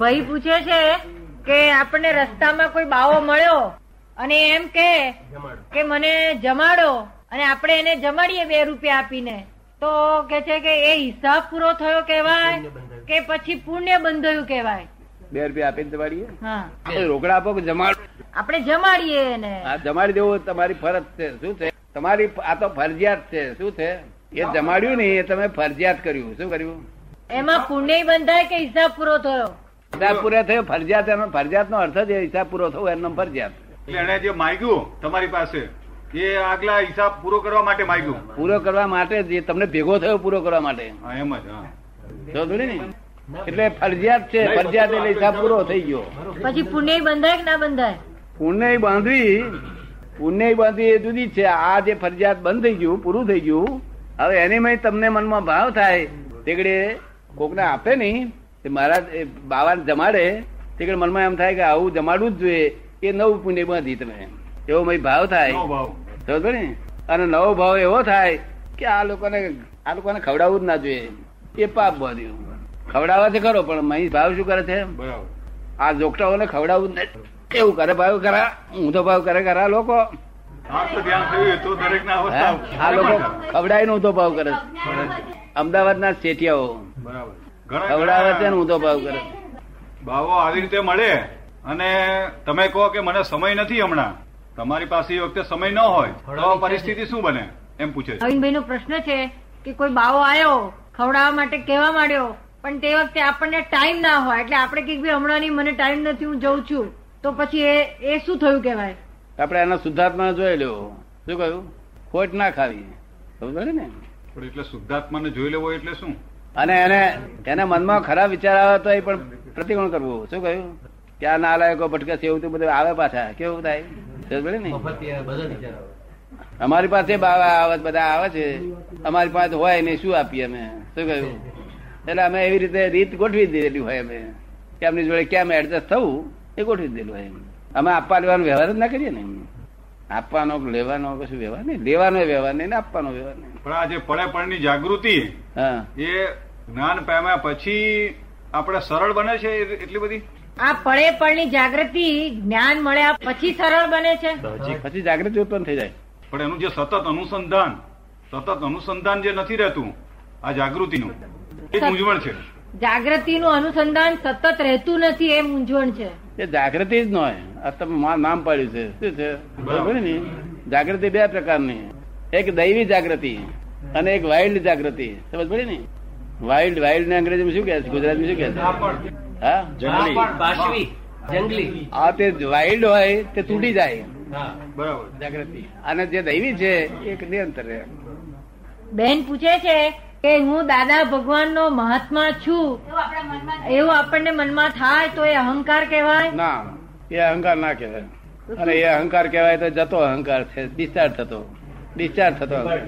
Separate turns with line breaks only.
ભાઈ પૂછે છે કે આપણને રસ્તામાં કોઈ બાવો મળ્યો અને એમ કે
જમાડો
કે મને જમાડો અને આપણે એને જમાડીએ બે રૂપિયા આપીને તો કે છે કે એ હિસાબ પૂરો થયો
પુણ્ય
કહેવાય
બંધાયું.
કે પછી પુણ્ય બંધાયું કહેવાય
બે રૂપિયા આપીને જમાડીએ
હા
આપણે રોકડા આપો કે જમાડો
આપણે જમાડીએ એને
આ જમાડી દેવું તમારી ફરજ છે શું છે તમારી આ તો ફરજિયાત છે શું છે એ જમાડ્યું ને એ તમે ફરજિયાત કર્યું શું કર્યું
એમાં પુણ્ય બંધાય કે હિસાબ પૂરો થયો
હિસાબ પૂરો થયો ફરજિયાત એનો ફરજિયાત નો અર્થ જ એ હિસાબ પૂરો થયો એનો ફરજિયાત
એટલે એણે જે માગ્યું તમારી પાસે એ આગલા હિસાબ પૂરો કરવા માટે માગ્યું
પૂરો કરવા માટે જે તમને ભેગો થયો પૂરો કરવા માટે
હા, એમ જ હા
જો જોડી ને એટલે ફરજિયાત છે ફરજિયાત એટલે હિસાબ પૂરો થઈ ગયો
પછી પુણ્ય બંધાય કે ના બંધાય
પુણ્ય બાંધવી પુણ્ય બાંધવી એ જુદી જ છે આ જે ફરજિયાત બંધ થઈ ગયું પૂરું થઈ ગયું હવે એની માં તમને મનમાં ભાવ થાય તેગડે કોકને આપે નહીં તે મારા એ બાવાને જમાડે તેગડે મનમાં એમ થાય કે આવું જમાડવું જ જોઈએ એ નવું પુણ્ય બાંધી તમે એવો મય ભાવ થાય
નો ભાવ
સમજો ને અને નવો ભાવ એવો થાય કે આ લોકોને આ લોકોને ખવડાવવું જ ના જોઈએ એ પાપ બાંધ્યું ખવડાવે છે ખરો પણ મહી ભાવ શું કરે છે
બરાબર
આ જોગટાઓને ખવડાવવું જ નથી એવું કરે ભાવ કરા ઊંધો ભાવ કરે ખરા લોકો
આ તો ધ્યાન થયું તો દરેક ના
હે? આ લોકો ખવડાવીને ઊંધો ભાવ કરે છે.
બરાબર
અમદાવાદના શેઠિયાઓ
ઘણા
ખવડાવે છે ને
ઘણા
ઊંધો ભાવ કરે છે.
ભાવો આવી રીતે મળે અને તમે કહો કે મને સમય નથી હમણાં તમારી પાસે એ વખતે સમય ન હોય તો પરિસ્થિતિ શું બને એમ પૂછે છે
નવીનભાઈ નો પ્રશ્ન છે કે કોઈ બાવો આવ્યો ખવડાવવા માટે કહેવા માંડ્યો પણ તે વખતે આપણને ટાઈમ ના હોય એટલે આપણે કહીએ કે ભાઈ હમણાં નહીં મને ટાઈમ નથી હું જઉં છું તો પછી એ એ શું થયું કહેવાય
આપણે એના શુદ્ધાત્મા જોઈ લેવો શું કહ્યું ખોટ ના ખાવી સમજો ને
પણ એટલે શુદ્ધાત્માને જોઈ લેવો એટલે શું
અને એને એને મનમાં ખરાબ વિચાર આવે તો એ પણ પ્રતિકોણ કરવું શું કહ્યું કે આ નાલાયકો ભટકસ એવું તો બધું આવે પાછા કેવું થાય સમજ પડી ને
મફત બધા વિચાર આવે
અમારી પાસે બાવા આવે છે, બધા આવે છે અમારી પાસે હોય ને શું આપીએ અમે શું કહ્યું એટલે અમે એવી રીતે રીત ગોઠવી દીધેલી હોય અમે કે એમની જોડે કેમ એડજસ્ટ થવું એ ગોઠવી દીધેલું હોય એમ. અમે આપવા લેવાનો વ્યવહાર જ ના કરીએ ને એમ. આપવાનો લેવાનો કશું વ્યવહાર નહીં લેવાનો વ્યવહાર નહીં ને આપવાનો વ્યવહાર નહીં
પણ આ જે પડે પડની જાગૃતિ
હા
એ જ્ઞાન પામ્યા પછી આપણે સરળ બને છે એ- એટલી બધી
આ પળે પળની જાગૃતિ જ્ઞાન મળ્યા પછી સરળ બને છે
પછી જાગૃતિ ઉત્પન્ન થઈ જાય
પણ એનું જે સતત અનુસંધાન સતત અનુસંધાન જે નથી રહેતું આ જાગૃતિનું એ જ મૂંઝવણ છે
જાગૃતિનું અનુસંધાન સતત રહેતું નથી એ મૂંઝવણ છે
એ જાગૃતિ જ ન હોય આ તમે મા- નામ પાડ્યું છે શું છે બરાબર ને જાગૃતિ બે પ્રકારની એક દૈવી જાગૃતિ અને એક વાઇલ્ડ જાગૃતિ સમજ પડી ને વાઇલ્ડ વાઇલ્ડ ને અંગ્રેજીમાં શું કહે છે ગુજરાતીમાં શું કહે છે હા
પાશવી જંગલી
આ તે વાઇલ્ડ હોય તે તૂટી જાય
બરાબર
જાગૃતિ અને જે દૈવી છે એક નિરંતર રહે
બેન પૂછે છે કે હું દાદા ભગવાનનો મહાત્મા છું એવું આપણને મનમાં થાય તો એ અહંકાર કહેવાય
ના એ અહંકાર ના કહેવાય અને એ અહંકાર કહેવાય તો જતો અહંકાર છે ડિસ્ચાર્જ થતો ડિસ્ચાર્જ થતો અહંકાર